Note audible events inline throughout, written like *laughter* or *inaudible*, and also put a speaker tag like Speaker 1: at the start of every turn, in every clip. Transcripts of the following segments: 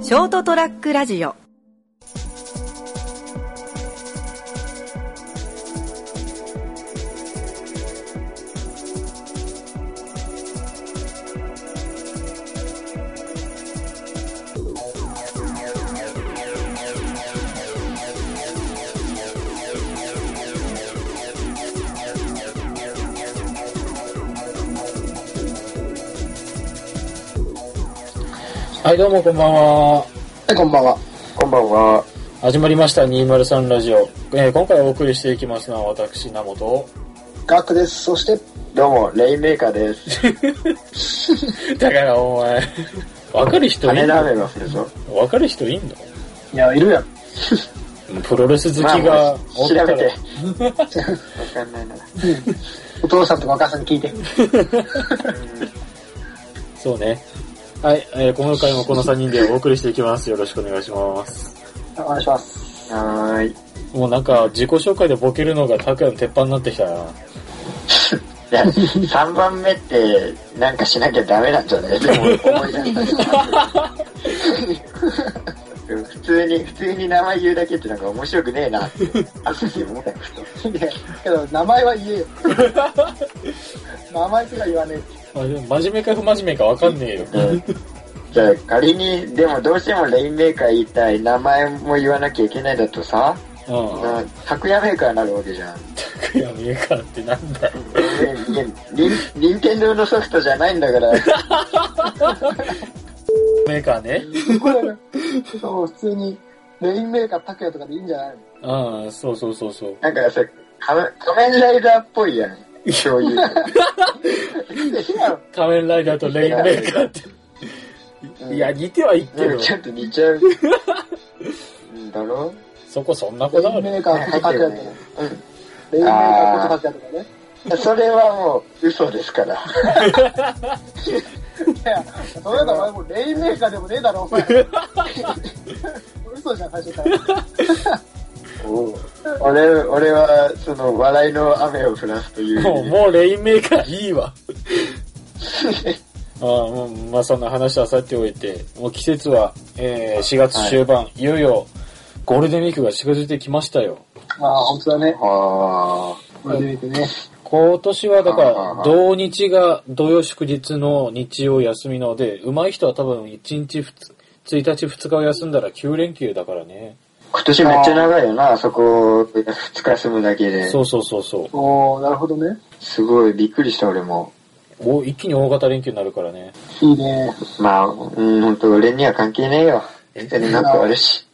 Speaker 1: ショートトラックラジオ
Speaker 2: はい、どうもこんばんは。
Speaker 3: はい、こんばんは。
Speaker 4: こんばんは。
Speaker 2: 始まりました、203ラジオ。えー今回お送りしていきますのは、私、名本。
Speaker 3: ガクです。そして、
Speaker 4: どうも、レインメーカーです。
Speaker 2: だから、お
Speaker 4: *laughs*
Speaker 2: 前、わかる人い
Speaker 4: 羽
Speaker 2: んの
Speaker 4: 田雨が降るぞ。
Speaker 2: わかる人いんの
Speaker 3: いや、いるやん。
Speaker 2: プロレス好き
Speaker 4: まあ
Speaker 2: が
Speaker 4: も
Speaker 2: お
Speaker 4: う
Speaker 2: った
Speaker 4: 調
Speaker 2: ら
Speaker 4: べて。わかんないな。
Speaker 3: お父さんとかお母さんに聞いて。
Speaker 4: *laughs*
Speaker 2: そうね。はい、えー今回もこの3人でお送りしていきます。よろしくお願いします。
Speaker 3: お願いします。
Speaker 4: はーい。
Speaker 2: もうなんか、自己紹介でボケるのが拓也の鉄板になってきたな。
Speaker 4: いや、3番目って、なんかしなきゃダメなんじゃないでも、思い出した。普通に、普通に名前言うだけってなんか面白くねえなって。ある時思ったけど
Speaker 3: いやけど、名前は言えよ。名前すら言わねえ。
Speaker 2: あでも真面目か不真面目かわかんねえよ。
Speaker 4: でじゃあ仮に、でもどうしてもレインメーカー言いたい、名前も言わなきゃいけないだとさ、
Speaker 2: うん。
Speaker 4: な拓也メーカーになるわけじゃん。
Speaker 2: 拓也メーカーってなんだよ。
Speaker 4: リンリンテンドーのソフトじゃないんだから、
Speaker 2: メーカーね。
Speaker 3: これ、
Speaker 4: *laughs*
Speaker 3: そう、普通に、レインメーカー、タクヤとかでいいんじゃない
Speaker 2: うん、そうそうそうそう。
Speaker 4: なんかさ、仮面仮面ライダーっぽいやん。そういう。
Speaker 3: のいいでしょやろ。
Speaker 2: 仮面ライダーとレインメーカーって。
Speaker 4: うん
Speaker 2: いや、似てはいっけ
Speaker 4: で
Speaker 2: ど
Speaker 4: も、ちょっと似ちゃう。うんだろ
Speaker 2: そこそんなこだわ
Speaker 3: レイン
Speaker 2: る
Speaker 3: メーカーことタクヤとか。レ
Speaker 4: う
Speaker 3: インメーカーことタクヤとかね。
Speaker 4: ん。それはもう、嘘ですから。
Speaker 3: いや、それだお前もうレインメーカーでもねえだろ、お *laughs* 前。嘘じゃん、最初から。
Speaker 4: 俺、俺は、その、笑いの雨を降らすという。
Speaker 2: もう、もうレインメーカーいい
Speaker 4: *laughs*
Speaker 2: わ。ああもうまあそんな話はさておいて、もう季節は、えー、4月終盤、い、よいよゴールデンウィークが近づいてきましたよ。
Speaker 3: まあ、本当だね。
Speaker 4: あ
Speaker 3: これで見てね。
Speaker 2: 今年はだか
Speaker 4: はいはいは
Speaker 2: ら、
Speaker 4: い
Speaker 2: 同日が土曜祝日の日曜休みなので、上手い人は多分1日2 1日2日を休んだら9連休だからね。
Speaker 4: ー今年めっちゃ長いよな、あそこ、2日住むだけで。
Speaker 2: そうそうそうそう。
Speaker 3: おー、なるほどね。
Speaker 4: すごい、びっくりした俺も。
Speaker 2: お一気に大型連休になるからね。
Speaker 3: いいね。
Speaker 4: まあ、うん、本当俺には関係ねえよ。人になって悪いし。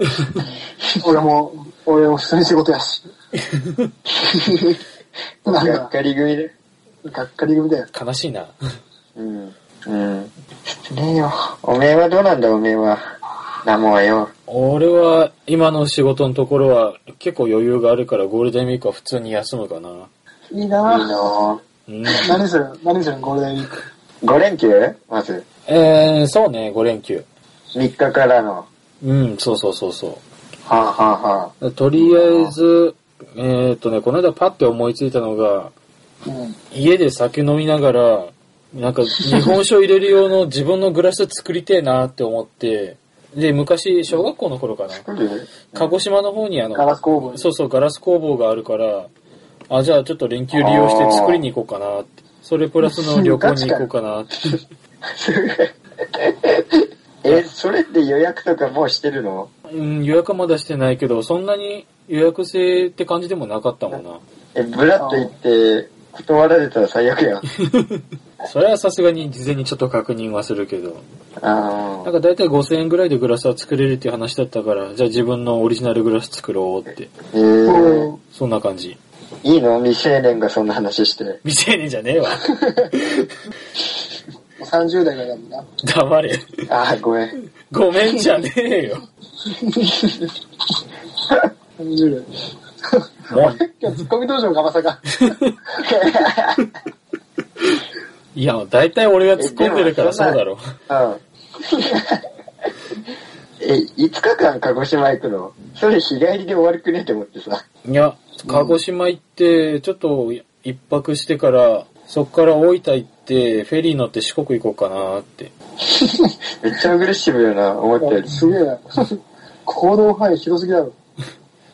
Speaker 3: 俺も、俺も普通に仕事やし。
Speaker 4: が
Speaker 3: なん
Speaker 4: っ
Speaker 3: か、
Speaker 4: かり組で。
Speaker 3: がっかり組だよ。
Speaker 2: 悲しいな。
Speaker 4: うん。うん。ねえよ。おめえはどうなんだ、おめえは。なもんよ。
Speaker 2: 俺は今の仕事のところは結構余裕があるからゴールデンウィークは普通に休むかな。
Speaker 3: いい
Speaker 4: いい
Speaker 3: なぁ。
Speaker 4: の
Speaker 2: うん。
Speaker 3: 何する何するゴールデンウィーク。
Speaker 4: 5連休まず。
Speaker 2: えー、そうね、5連休。
Speaker 4: 3日からの。は
Speaker 2: うん、そうそうそうそ
Speaker 4: あ、はあは
Speaker 2: う。とりあえず、えーっとね、この間パッて思いついたのが、
Speaker 3: うん。
Speaker 2: 家で酒飲みながら、なんか日本酒を入れる用の自分のグラス作りてえなって思って、で、昔、小学校の頃かな。
Speaker 4: あ。来る
Speaker 2: 鹿児島の方にあの、
Speaker 3: ガラス工房に。
Speaker 2: そうそう、ガラス工房があるから、あ、じゃあちょっと連休利用して作りに行こうかなって。それプラスの旅行に行こうかなって。
Speaker 4: すごい。え、それって予約とかもうしてるの
Speaker 2: うん、予約はまだしてないけど、そんなに予約制って感じでもなかったもんな。
Speaker 4: え、ブラッと行って、断られたら最悪
Speaker 3: *laughs*
Speaker 4: やん。
Speaker 2: それはさすがに事前にちょっと確認はするけど。
Speaker 4: あ
Speaker 2: なんかだいたい5000円ぐらいでグラスは作れるっていう話だったから、じゃあ自分のオリジナルグラス作ろうって。
Speaker 4: あ。えー、
Speaker 2: そんな感じ。
Speaker 4: いいの未成年がそんな話して。
Speaker 2: 未成年じゃねえわ。
Speaker 3: 30代がやるな。
Speaker 2: 黙れ。
Speaker 4: ああ、ごめん。
Speaker 2: ごめんじゃねえよ。
Speaker 3: 30
Speaker 2: もう
Speaker 3: 代。今日ツッコミ道場がま *laughs* さか。
Speaker 2: いや、だいたい俺が突っ込んでるからそうだろ。
Speaker 4: うん。 *laughs* え、5日間鹿児島行くのそれ日帰りで終わるくねって思ってさ。
Speaker 2: いや、鹿児島行って、ちょっと一泊してから、そこから大分行っって、フェリー乗って四国行こうかなって。
Speaker 4: めっちゃアグレッシブよな、思ったより。
Speaker 3: すげえな。行動範囲広すぎだろ。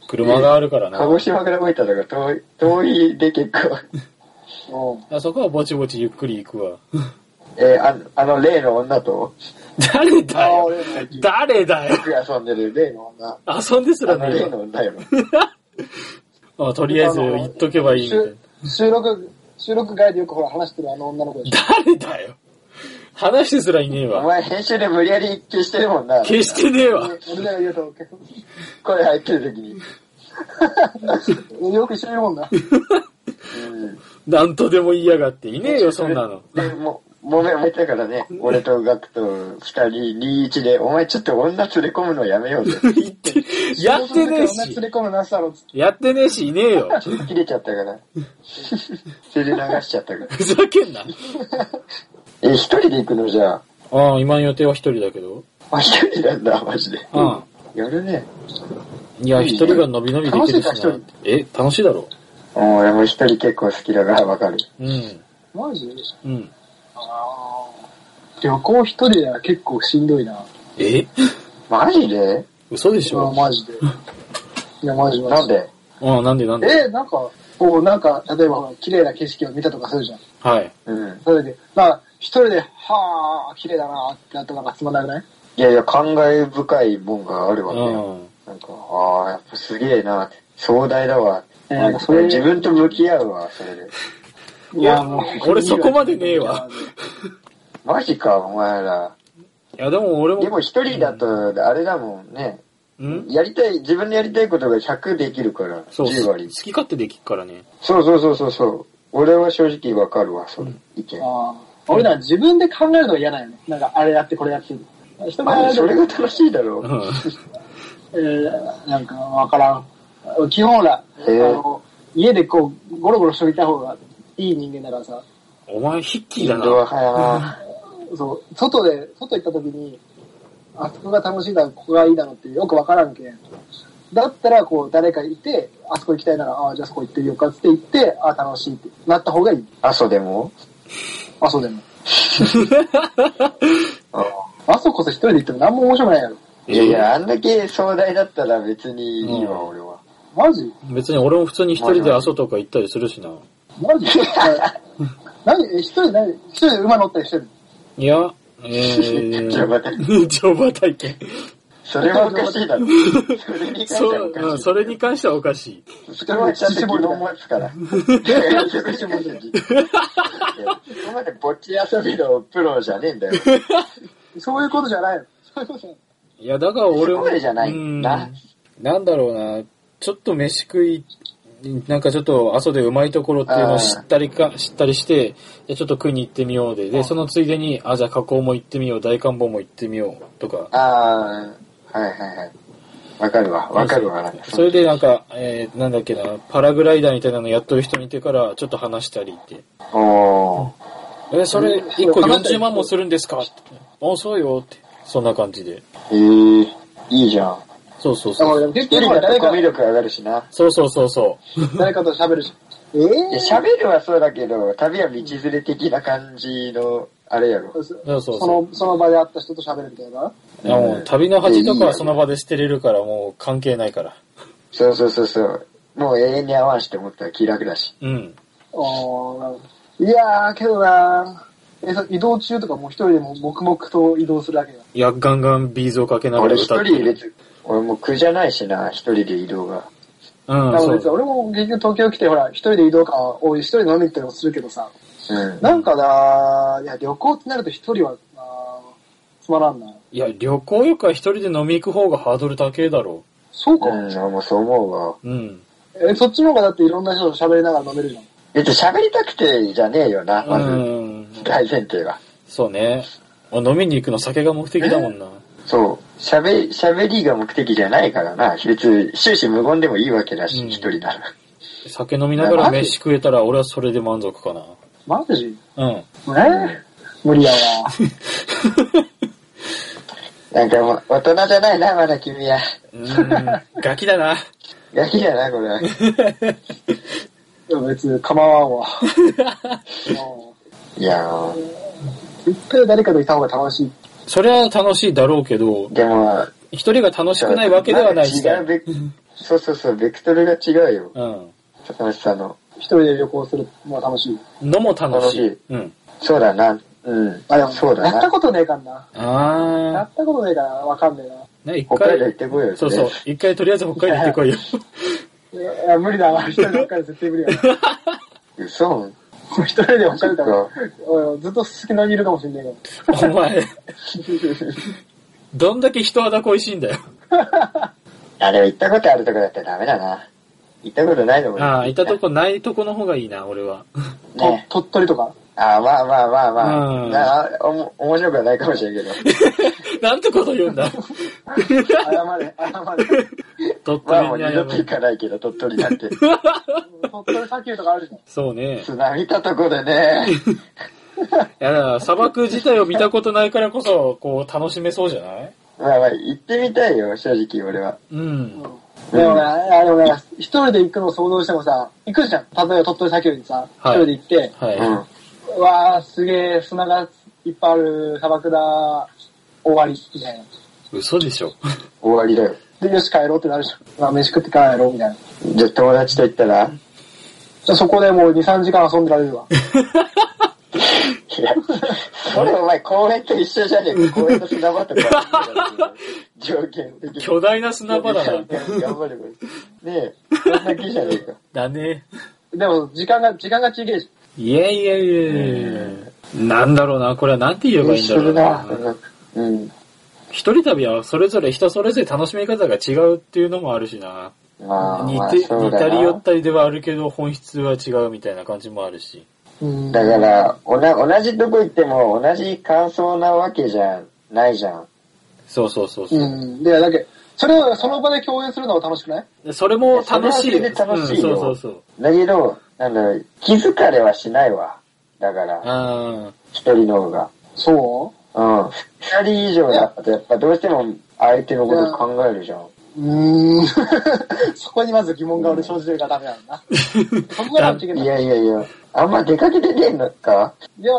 Speaker 2: 車があるからな。
Speaker 4: 鹿児島から動いたとか遠い、遠いで結
Speaker 2: *laughs*
Speaker 4: 構。
Speaker 3: うん。
Speaker 2: あそこはぼちぼちゆっくり行くわ。
Speaker 4: えーあの、あの例の女と、
Speaker 2: 誰だ
Speaker 3: ああ、
Speaker 2: よ
Speaker 3: 俺も最近
Speaker 2: 誰だよ
Speaker 4: よく遊んでる例の女。
Speaker 2: 遊んです
Speaker 4: あ
Speaker 2: ら
Speaker 4: の
Speaker 2: ねえ
Speaker 4: 例
Speaker 2: わ
Speaker 4: の女よ。
Speaker 2: あとりあえず言っとけばいいみたいな
Speaker 3: 収。収録、収録外でよくほら話してるあの女の子でしょ。
Speaker 2: 誰だよ話すらいねえ
Speaker 4: お
Speaker 2: わ。
Speaker 4: 前編集で無理やり消してるもんな。
Speaker 2: 消してねえわ。 *laughs*
Speaker 3: 俺らが言うと結
Speaker 4: 声入ってる時に。
Speaker 3: 構、よく一緒にいるもんな。
Speaker 4: うん。
Speaker 2: なんとでも言いやがって。いねえよ、そんなの。
Speaker 4: で、も、もめめたからね、俺とガクと二人、リーチで、お前ちょっと女連れ込むのやめようぜ。
Speaker 2: 言って、やってねえ
Speaker 3: そんな
Speaker 2: し
Speaker 3: 連。れ込むなしだろっつって。
Speaker 2: やってねえし、いねえよ。
Speaker 4: ちょっと切れちゃったから。それで流しちゃったから。
Speaker 2: ふざけんな。
Speaker 4: え、一人で行くのじゃあ。
Speaker 2: ああ、今の予定は一人だけど。
Speaker 4: あ、一人なんだ、マジで。
Speaker 2: うん。
Speaker 4: やるね。
Speaker 2: いや、一人が伸び伸びできるし
Speaker 4: 楽しいか
Speaker 2: な。え、楽しいだろ。
Speaker 4: もう俺も一人結構好きだからわかる。
Speaker 2: うん。
Speaker 3: マジ
Speaker 2: うん。
Speaker 3: あー旅行一人では結構しんどいな。
Speaker 2: え
Speaker 4: マジで
Speaker 2: 嘘でし
Speaker 3: あ
Speaker 2: ょ
Speaker 3: マジで。いや、マジマジ。
Speaker 4: なんで
Speaker 2: うん、なんでなんで
Speaker 3: え、なんか、こう、なんか、例えばほら、綺麗な景色を見たとかするじゃん。
Speaker 2: はい。
Speaker 4: うん。
Speaker 3: それで、まあ、一人で、はあ、綺麗だなってなったなんかつまんなくない
Speaker 4: いやいや、感慨深いもんがある
Speaker 2: う
Speaker 4: わけよ。
Speaker 2: ん。
Speaker 4: なんか、ああ、やっぱすげえなって、壮大だわ。
Speaker 3: えー
Speaker 4: なんかそれ自分と向き合うわ、それで。
Speaker 3: いや、もう
Speaker 2: 俺そこまでねえわ。
Speaker 4: マジか、お前ら。
Speaker 2: いや、でも俺
Speaker 4: で
Speaker 2: も、
Speaker 4: も一人だと、あれだもんね。
Speaker 2: ん
Speaker 4: やりたい、自分でやりたいことが100できるから、
Speaker 2: そう、
Speaker 4: 10
Speaker 2: 好
Speaker 4: 割。
Speaker 2: き勝手できっからね。
Speaker 4: そうそうそうそうそう。俺は正直わかるわ、その意見。
Speaker 3: あー俺ら自分で考えるのが嫌なんよね。なんか、あれやってこれやって。人が
Speaker 4: ま
Speaker 3: や
Speaker 4: あ、それ
Speaker 3: る
Speaker 4: が楽しいだろ
Speaker 2: う *laughs*
Speaker 4: う。 *laughs*
Speaker 2: ん。
Speaker 3: えー、なんか、わからん。基本ほら、
Speaker 4: えー
Speaker 3: あの、家でこう、ゴロゴロしといた方がいい人間だからさ、
Speaker 2: お前ヒッキ
Speaker 4: イ
Speaker 2: ー
Speaker 4: ン
Speaker 2: だ
Speaker 4: ド
Speaker 2: な。
Speaker 4: ア派やな。
Speaker 3: そう、外で、外行った時に、あそこが楽しいだろ、ここがいいだろってよくわからんけん。だったら、こう、誰かいて、あそこ行きたいなら、ああ、じゃあそこ行ってみようかっつって行って、ああ、楽しいってなった方がいい。
Speaker 4: 阿蘇でも
Speaker 3: あ、そう
Speaker 4: *laughs*
Speaker 3: でも。
Speaker 4: あ
Speaker 3: あそここそ一人で行っても何も面白くないやろ。
Speaker 4: いやいや、あんだけ壮大だったら別にいいわ、
Speaker 2: うん
Speaker 4: 俺は。
Speaker 3: マジ
Speaker 2: 別に俺も普通に一人で遊とか行ったりするしな。
Speaker 3: マジ何え、一人で何一人で馬乗ったりしてる
Speaker 2: いや、えー、
Speaker 4: *laughs* じゃ
Speaker 2: *laughs*
Speaker 4: あまた、
Speaker 2: 乗馬体験。
Speaker 4: それはおかしい
Speaker 2: *laughs*
Speaker 4: だろ。それに関しては
Speaker 2: そ
Speaker 4: お
Speaker 2: う、
Speaker 4: かしい。
Speaker 2: うんそれに関してはおかしい。
Speaker 4: それはちゃんと疑問持つから。そこまでぼっち遊びのプロじゃねえんだよ。
Speaker 3: のそういうことじゃないの。そういうことじゃない
Speaker 2: いや、だから俺も、
Speaker 4: そこまでじゃない
Speaker 2: うん
Speaker 4: な
Speaker 2: なんだろうな、ちょっと飯食い、なんかちょっと阿蘇でうまいところっていうのを知ったりか、知ったりして、でちょっと食いに行ってみようで、で、そのついでに、あ、じゃあ加工も行ってみよう、大観望も行ってみよう、とか。
Speaker 4: ああ、はいはいはい。わかるわ、わかるわ。なんか
Speaker 2: それでなんか、えー、なんだっけな、パラグライダーみたいなのやっとる人見てから、ちょっと話したりって。
Speaker 4: おー。
Speaker 2: え、それ、1個
Speaker 3: そう話したり
Speaker 2: 40万もするんですかって。あ、そうよ、って。そんな感じで。
Speaker 4: えー、いいじゃん。
Speaker 2: そうそう
Speaker 3: だ
Speaker 2: そ
Speaker 3: から
Speaker 2: う。
Speaker 3: 俺
Speaker 4: 一
Speaker 3: 結
Speaker 4: 人
Speaker 3: 局ほら
Speaker 4: だ
Speaker 3: 誰
Speaker 4: とコ
Speaker 3: か
Speaker 4: ミュ、力上がるしな。
Speaker 2: そうそうそうそ
Speaker 3: 誰かと喋るし。えぇ、
Speaker 4: いや喋るはそうだけど、旅は道連れ的な感じの、あれやろ。
Speaker 2: う。そうそう
Speaker 3: そ
Speaker 2: そう。
Speaker 3: の、その場で会った人と喋るみたいな。
Speaker 2: いやもう旅の恥とかはその場で捨てれるから、もう関係ないから。
Speaker 4: そうそうそうそう。もう永遠に会わんしって思ったら気楽だし。
Speaker 2: うん。
Speaker 3: おーなるほどいやー、けどなーえそ移動中とかもう一人でも黙々と移動するわけだ。
Speaker 2: いや、ガンガンビーズをかけながら
Speaker 4: 俺一
Speaker 2: 歌って
Speaker 4: 人入れて、俺もう苦じゃないしな、一人で移動が。
Speaker 2: うん、
Speaker 3: なので
Speaker 2: そう。
Speaker 3: 俺も結局東京来てほら、一人で移動か、多い一人で飲み行ったりもするけどさ、
Speaker 4: うん。
Speaker 3: なんかなーいや、旅行ってなると一人は、あーつまらんな。
Speaker 2: いや、旅行よくは一人で飲み行く方がハードル高えだろ
Speaker 3: そうか。
Speaker 4: うん、俺もそう思うわ。
Speaker 2: う。うん。
Speaker 3: え、そっちの方がだっていろんな人と喋りながら飲めるじゃん。
Speaker 4: 別に喋りたくてじゃねえよな、
Speaker 2: う
Speaker 4: まず。
Speaker 2: ん。
Speaker 4: 大前提が。
Speaker 2: そうね。飲みに行くの酒が目的だもんな。
Speaker 4: そう。喋、喋りが目的じゃないからな。別に終始無言でもいいわけだし、
Speaker 2: うん
Speaker 4: 一人なら。
Speaker 2: 酒飲みながら飯食えたら俺はそれで満足かな。
Speaker 3: マジ
Speaker 2: *laughs* うん。
Speaker 3: えー無理やわ。
Speaker 4: なんかもう、大人じゃないな、まだ君は。
Speaker 2: うん。ガキだな。
Speaker 4: ガキだな、これは。
Speaker 3: いや別に構わんわ。うん
Speaker 4: いやー、
Speaker 3: 絶対誰かといた方が楽しい。
Speaker 2: それは楽しいだろうけど、
Speaker 4: でも、
Speaker 2: 一人が楽しくないわけではないし。
Speaker 4: んか違うベクそうそうそう、ベクトルが違うよ。
Speaker 2: うん。
Speaker 4: 坂本さんの。
Speaker 3: 一人で旅行するのは楽しい。
Speaker 2: のも楽しい。
Speaker 4: 楽しい
Speaker 2: うん。
Speaker 4: そうだな。うん。
Speaker 3: あ、でも、
Speaker 4: そうだ
Speaker 3: やった
Speaker 4: な。
Speaker 3: ことねえかんな。や
Speaker 2: あ
Speaker 3: ったことねえからわかんねえな。
Speaker 2: ー。ね、一
Speaker 4: 北海
Speaker 2: 回
Speaker 4: 道、行ってこいよ、ね。
Speaker 2: そうそう。一回とりあえず北海道行って
Speaker 4: *laughs*
Speaker 2: こいよ。
Speaker 3: いやいや、無理だわ。一人で北海道絶対無理だわ。
Speaker 4: 嘘
Speaker 3: 一人で北
Speaker 4: そ
Speaker 3: 海
Speaker 4: っ
Speaker 3: 道
Speaker 4: か。
Speaker 3: おいずっとすすきのにいるかもしんないけど。
Speaker 2: お前、どんだけ人肌恋しいん
Speaker 4: *laughs*
Speaker 2: だよ。
Speaker 4: あれ行ったことあるとこだったらダメだな。行ったことないのもいい
Speaker 2: ああ、いたとこないとこの方がいいな、俺は。 *laughs*
Speaker 3: と
Speaker 4: ね。
Speaker 3: 鳥取とか。
Speaker 4: ああ、まあまあまあまあ。
Speaker 2: うん
Speaker 4: なあおも面白くはないかもしれんけど。
Speaker 2: *laughs* なんてこと言うんだ。
Speaker 3: 謝れ、謝れ。
Speaker 2: 鳥
Speaker 4: まあも
Speaker 2: 取
Speaker 4: う
Speaker 2: に
Speaker 4: 二度
Speaker 2: 謝
Speaker 4: と
Speaker 2: る
Speaker 4: 行。かないけど、鳥取なんて。
Speaker 3: 鳥取砂丘とかあるじゃん。
Speaker 2: そうね。
Speaker 4: 津波見たとこ
Speaker 2: *laughs*
Speaker 4: でね。
Speaker 2: いや、だから砂漠自体を見たことないからこそ、こう、楽しめそうじゃない
Speaker 4: まあまあ、行ってみたいよ、正直俺は。
Speaker 2: うん。
Speaker 3: でもね、あでもね、一人で行くのを想像してもさ、行くじゃん。例えば鳥取砂丘にさ、一
Speaker 2: はい
Speaker 3: 人で行って、
Speaker 2: はい。
Speaker 4: うん。
Speaker 3: うわー、すげえ、砂がいっぱいある砂漠だ、終わり、みたいな。
Speaker 2: 嘘でしょ。
Speaker 4: 終わりだよ。
Speaker 3: で、よし帰ろうってなるじゃん。まあ、飯食って帰ろう、みたいな。
Speaker 4: じゃあ友達と行ったら
Speaker 3: じゃあそこでもう2、3時間遊んでられるわ。
Speaker 4: いや、 *laughs* それお前公園と一緒じゃねえか。公園の砂場とか。条件的に。
Speaker 2: 巨大な砂場だな。
Speaker 4: 頑張ればいい。ねえ、そんな気じゃねえか。
Speaker 2: だね。
Speaker 3: でも、時間が、時間がちげえし。
Speaker 2: いやいやいやいやなんだろうな、これはなんて言えばいいんだ
Speaker 4: 一緒
Speaker 2: ろう
Speaker 4: だ
Speaker 2: な。
Speaker 4: な。うん。
Speaker 2: 一人旅はそれぞれ人それぞれ楽しみ方が違うっていうのもあるしな。
Speaker 4: まあ、
Speaker 2: 似
Speaker 4: まあ、
Speaker 2: て、
Speaker 4: そ
Speaker 2: 似
Speaker 4: うだ
Speaker 2: たり寄
Speaker 4: な
Speaker 2: っ。たりではあるけど、本質は違うみたいな感じもあるし。
Speaker 3: うん
Speaker 4: だから、おな同じとこ行っても同じ感想なわけじゃないじゃん。
Speaker 2: そうそうそうそうう、
Speaker 3: ん。で、だけどそれをその場で共演するのが楽しくない
Speaker 2: でそれも楽しいよ。
Speaker 4: それはそれで楽しいよ
Speaker 2: うんそうそうそう。
Speaker 4: だけど、なんだろう、気づかれはしないわ。だから、
Speaker 2: あ
Speaker 4: 一人の方が。
Speaker 3: そ
Speaker 4: うん。二人以上だと、やっぱどうしても相手のこと考えるじゃん。
Speaker 3: ううーん。 *laughs* そこにまず疑問が俺生じてるからダメなんだな。そこがダメだけない
Speaker 4: い。やいやいや、あんま出かけてねえのか
Speaker 3: いや、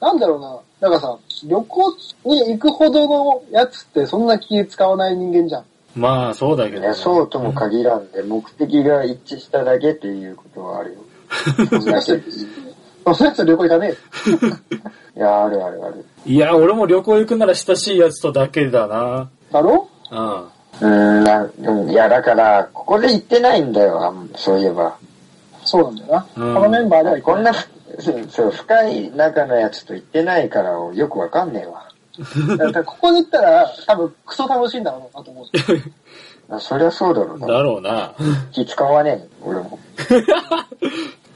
Speaker 3: なんだろうな。なんかさ、旅行に行くほどのやつってそんな気使わない人間じゃん。
Speaker 2: あ。まあ、そうだ
Speaker 4: い
Speaker 2: けどね、
Speaker 4: や、そうとも限らんで、目的が一致しただけっていうことはあ *laughs* るよ。そんな人い
Speaker 3: そのやつと旅行行かねえよ。
Speaker 4: や、あるあるある。
Speaker 2: いや、俺も旅行行くなら親しいやつとだけだな。
Speaker 3: だろ
Speaker 2: うん。
Speaker 4: うーんなうん、いや、だから、ここで行ってないんだよ、あんそういえば。
Speaker 3: そうなんだよな。
Speaker 2: うん
Speaker 3: このメンバーでは行
Speaker 4: こ
Speaker 3: か
Speaker 4: ん
Speaker 3: ない。
Speaker 4: な、うんそう、深い仲のやつと行ってないから、よくわかんねえわ。
Speaker 3: だから *laughs* ここで行ったら、多分クソ楽しいんだろうなと思う。
Speaker 4: あそりゃそうだろうな。
Speaker 2: だろうな。
Speaker 4: 気使わねえ、俺も。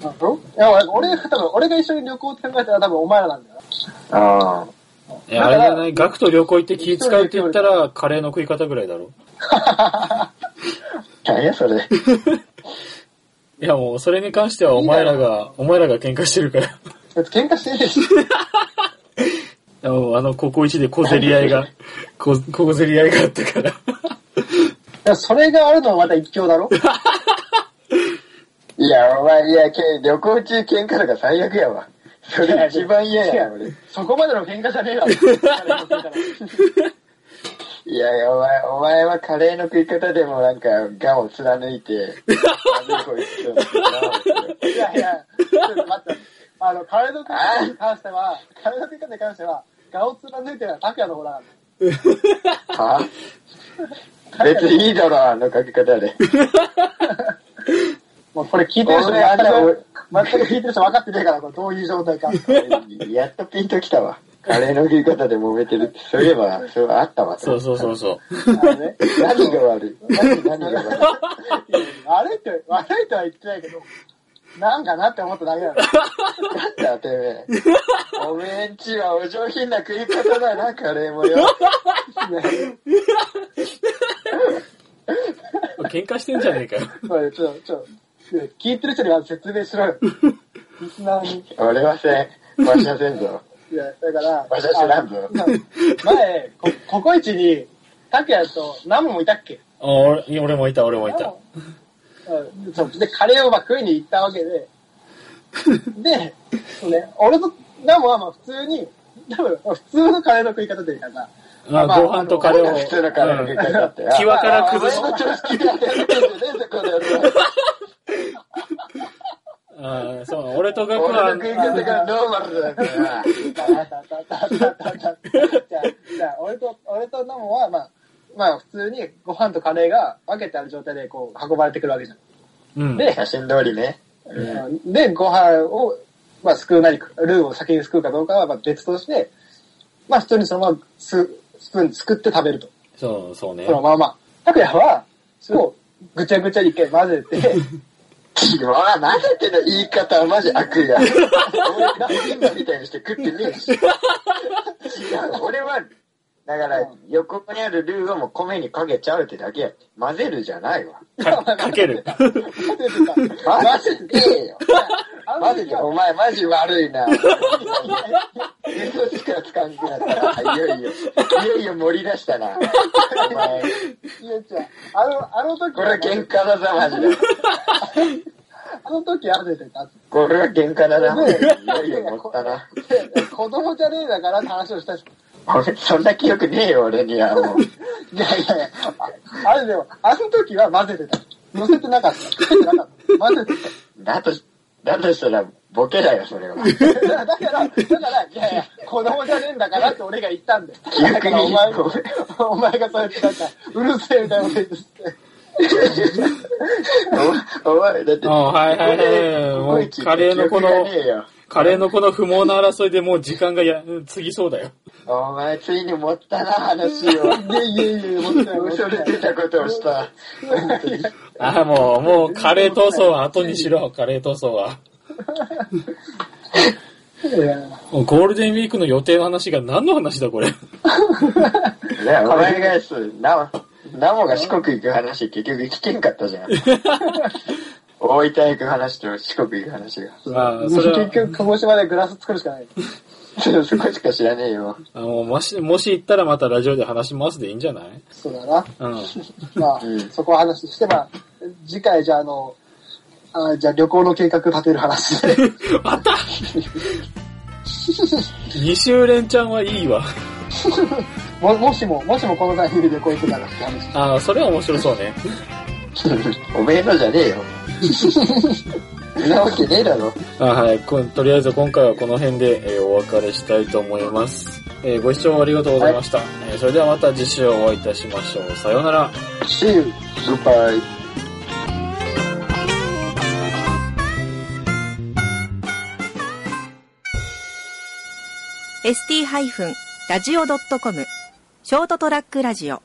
Speaker 3: だろいや、俺、多分俺が一緒に旅行って考えたら多分お前らなんだよな。
Speaker 4: ああ。
Speaker 2: いや、あ
Speaker 3: だ
Speaker 2: れ
Speaker 3: か
Speaker 2: じ
Speaker 3: ら
Speaker 2: ゃないガクと旅行行って気使うって言ったら、カレーの食い方ぐらいだろ。
Speaker 4: 何や、それ。 *laughs*
Speaker 2: いや、もう、それに関してはお前らが、お前らが喧嘩してるから。
Speaker 3: 別に喧嘩してねえ
Speaker 2: *laughs*
Speaker 3: し。
Speaker 2: あの、あのここ一で小競り合い *laughs* が、こ小競り合いがあったから。
Speaker 3: いやそれがあるのはまた一強だろ
Speaker 4: いや、お前、いや、け旅行中喧嘩とか最悪やわ。それ一番嫌やな、俺。
Speaker 3: そこまでの喧嘩じゃねえだ
Speaker 2: *laughs*
Speaker 3: ろ。
Speaker 4: いやいや、お前、お前はカレーの食い方でもなんか、ガを貫い
Speaker 2: *laughs*
Speaker 4: て、なんでこいつ
Speaker 3: いやいや、ちょっと待って。あの、カレーの食い方に関しては、カレーの食い方に関しては、ガを貫いてるのは拓也の方なんだ。
Speaker 4: は別にいいだろ、あの書き方で。
Speaker 3: もうこれ聞いてる人
Speaker 4: 俺あの
Speaker 3: 全く、全く聞いてる人分かってないから、これどういう状態か。
Speaker 4: やっとピンときたわ。カレーの食い方で揉めてるって、そういえば、そうあったわ。
Speaker 2: そうそうそうそ
Speaker 3: あのね
Speaker 4: 何が悪い何何が悪い
Speaker 3: 悪いって、悪いとは言ってないけど、なんかなって思っただけだろ。
Speaker 4: なんだよ、てめえ。おめえんちはお上品な食い方だな、カレーもよ。
Speaker 2: う。喧嘩してんじゃねえかよ。
Speaker 3: これちょっと、ちょっと、ね聞いてる人には説明しろよ。リスナーに。
Speaker 4: 俺はせん。わしゃせんぞ。
Speaker 3: いや、だから、
Speaker 4: わしゃ知らんぞ。
Speaker 3: 前、こ、ココイチに、拓也とナムもいたっけ
Speaker 2: あ俺いや俺もいた、俺もいた。 *laughs*
Speaker 3: うんそうで、カレーをまあ食いに行ったわけで、で、そうね、俺とでもまあまあ普通に、多分普通のカレーの食い方というかさ、
Speaker 2: まあ、
Speaker 3: まあ
Speaker 2: ご飯とカレーを。
Speaker 4: 普通のカレーの食い方だって
Speaker 2: うん。際から崩し
Speaker 4: あお前の常識なんてやつじゃねえぞこの野郎
Speaker 2: うん、そう、俺とガク
Speaker 4: 俺
Speaker 2: は
Speaker 4: の食い方がノーマルだから
Speaker 2: *laughs*
Speaker 4: な。
Speaker 3: じゃあ、俺と、俺とノモは、まあ、まあ普通にご飯とカレーが分けてある状態でこう運ばれてくるわけじゃん。
Speaker 2: うん。
Speaker 3: で
Speaker 4: 写真通りね。
Speaker 3: で、ご飯を、まあ、すくうなり、ルーを先にすくうかどうかはまあ別として、まあ、普通にそのまますスプーンすくって食べると。
Speaker 2: そう、そうね
Speaker 3: そ。のまま。拓也は、それをぐちゃぐちゃに一回混ぜて、
Speaker 4: うわぁ、なんての言い方はマジ悪意や。俺、なんで今みたいにして食ってねえし。違う、俺は、だから、横にあるルーをもう米にかけちゃうってだけや。混ぜるじゃないわ。
Speaker 2: かかける。
Speaker 3: 混ぜてた。
Speaker 4: 混ぜてえよ。
Speaker 3: あの
Speaker 4: 混ぜ
Speaker 3: 時
Speaker 4: て、
Speaker 3: は
Speaker 4: お前マジ悪いな。嘘しかつかんくなったな。いよいよ、いよいよ盛り出したな。お前、
Speaker 3: いや違うあの、あの時
Speaker 4: これは喧嘩だぞ、マジ *laughs* で。
Speaker 3: あの時は混ぜてた。
Speaker 4: これは喧嘩だな。
Speaker 3: ね
Speaker 4: いよいよ盛ったな。
Speaker 3: で子供じゃねえだからって話をしたし、
Speaker 4: 俺、そんな記憶ねえよ、俺にはもう。
Speaker 3: いやいやいや、ああれでも、あの時は混ぜてた。乗せてなかった。乗せてなかった。混ぜてた。
Speaker 4: だとし、だとしたら、ボケだよ、 *laughs* それは。
Speaker 3: だから、だから、いやいや、子供じゃねえんだからって俺が言ったんだよ。だ
Speaker 4: 逆
Speaker 3: か
Speaker 4: に
Speaker 3: らお前、お前がそうやってなんか、うるせえみたいなこと言って。
Speaker 4: おお前、だって、
Speaker 2: あはいはいはい
Speaker 4: ここ
Speaker 2: も
Speaker 4: に
Speaker 2: うカレーのこの
Speaker 4: 記憶がねえよ
Speaker 2: *laughs* カレーのこの不毛な争いでもう時間がや、過ぎそうだよ。
Speaker 4: お前、ついに持ったな、話を。
Speaker 3: いやいやいや、もったいない。
Speaker 4: 嘘で出たことをした。
Speaker 2: ああ、もう、もうカレー闘争は後にしろ、カレー闘争は。
Speaker 3: いや
Speaker 2: もうゴールデンウィークの予定の話が何の話だ、これ。
Speaker 4: いや、お前がす、な、ナモが四国行く話、結局聞けんかったじ *laughs* ゃん。大分行く話と四国行く話 *laughs* が。
Speaker 2: ああ、それ
Speaker 3: 結
Speaker 2: は、
Speaker 3: 局、鹿児島でグラス作るしかない。
Speaker 4: そこしか知らねえよ。
Speaker 2: あの、もし、もし行ったらまたラジオで話しますでいいんじゃない
Speaker 3: そうだな。
Speaker 2: うん。 *laughs*
Speaker 3: まあ、
Speaker 4: うん
Speaker 3: そこは話して、まあ、次回じゃあ、あの、あじゃあ旅行の計画立てる話
Speaker 2: *laughs*
Speaker 3: で。
Speaker 2: また !2 週連チャンはいいわ。
Speaker 3: も、もしも、もしもこのタイミングで旅行行くならって話。
Speaker 2: ああ、それは面白そうね。
Speaker 4: *laughs* おめえのじゃねえよ。そんなわけねえだろ。
Speaker 2: あはいこん。とりあえず今回はこの辺で、えーお別れしたいと思います。えーご視聴ありがとうございました。えーそれではまた次週お会いいたしましょう。さようなら。
Speaker 4: See you. Goodbye.
Speaker 1: ST-radio.com ショートトラックラジオ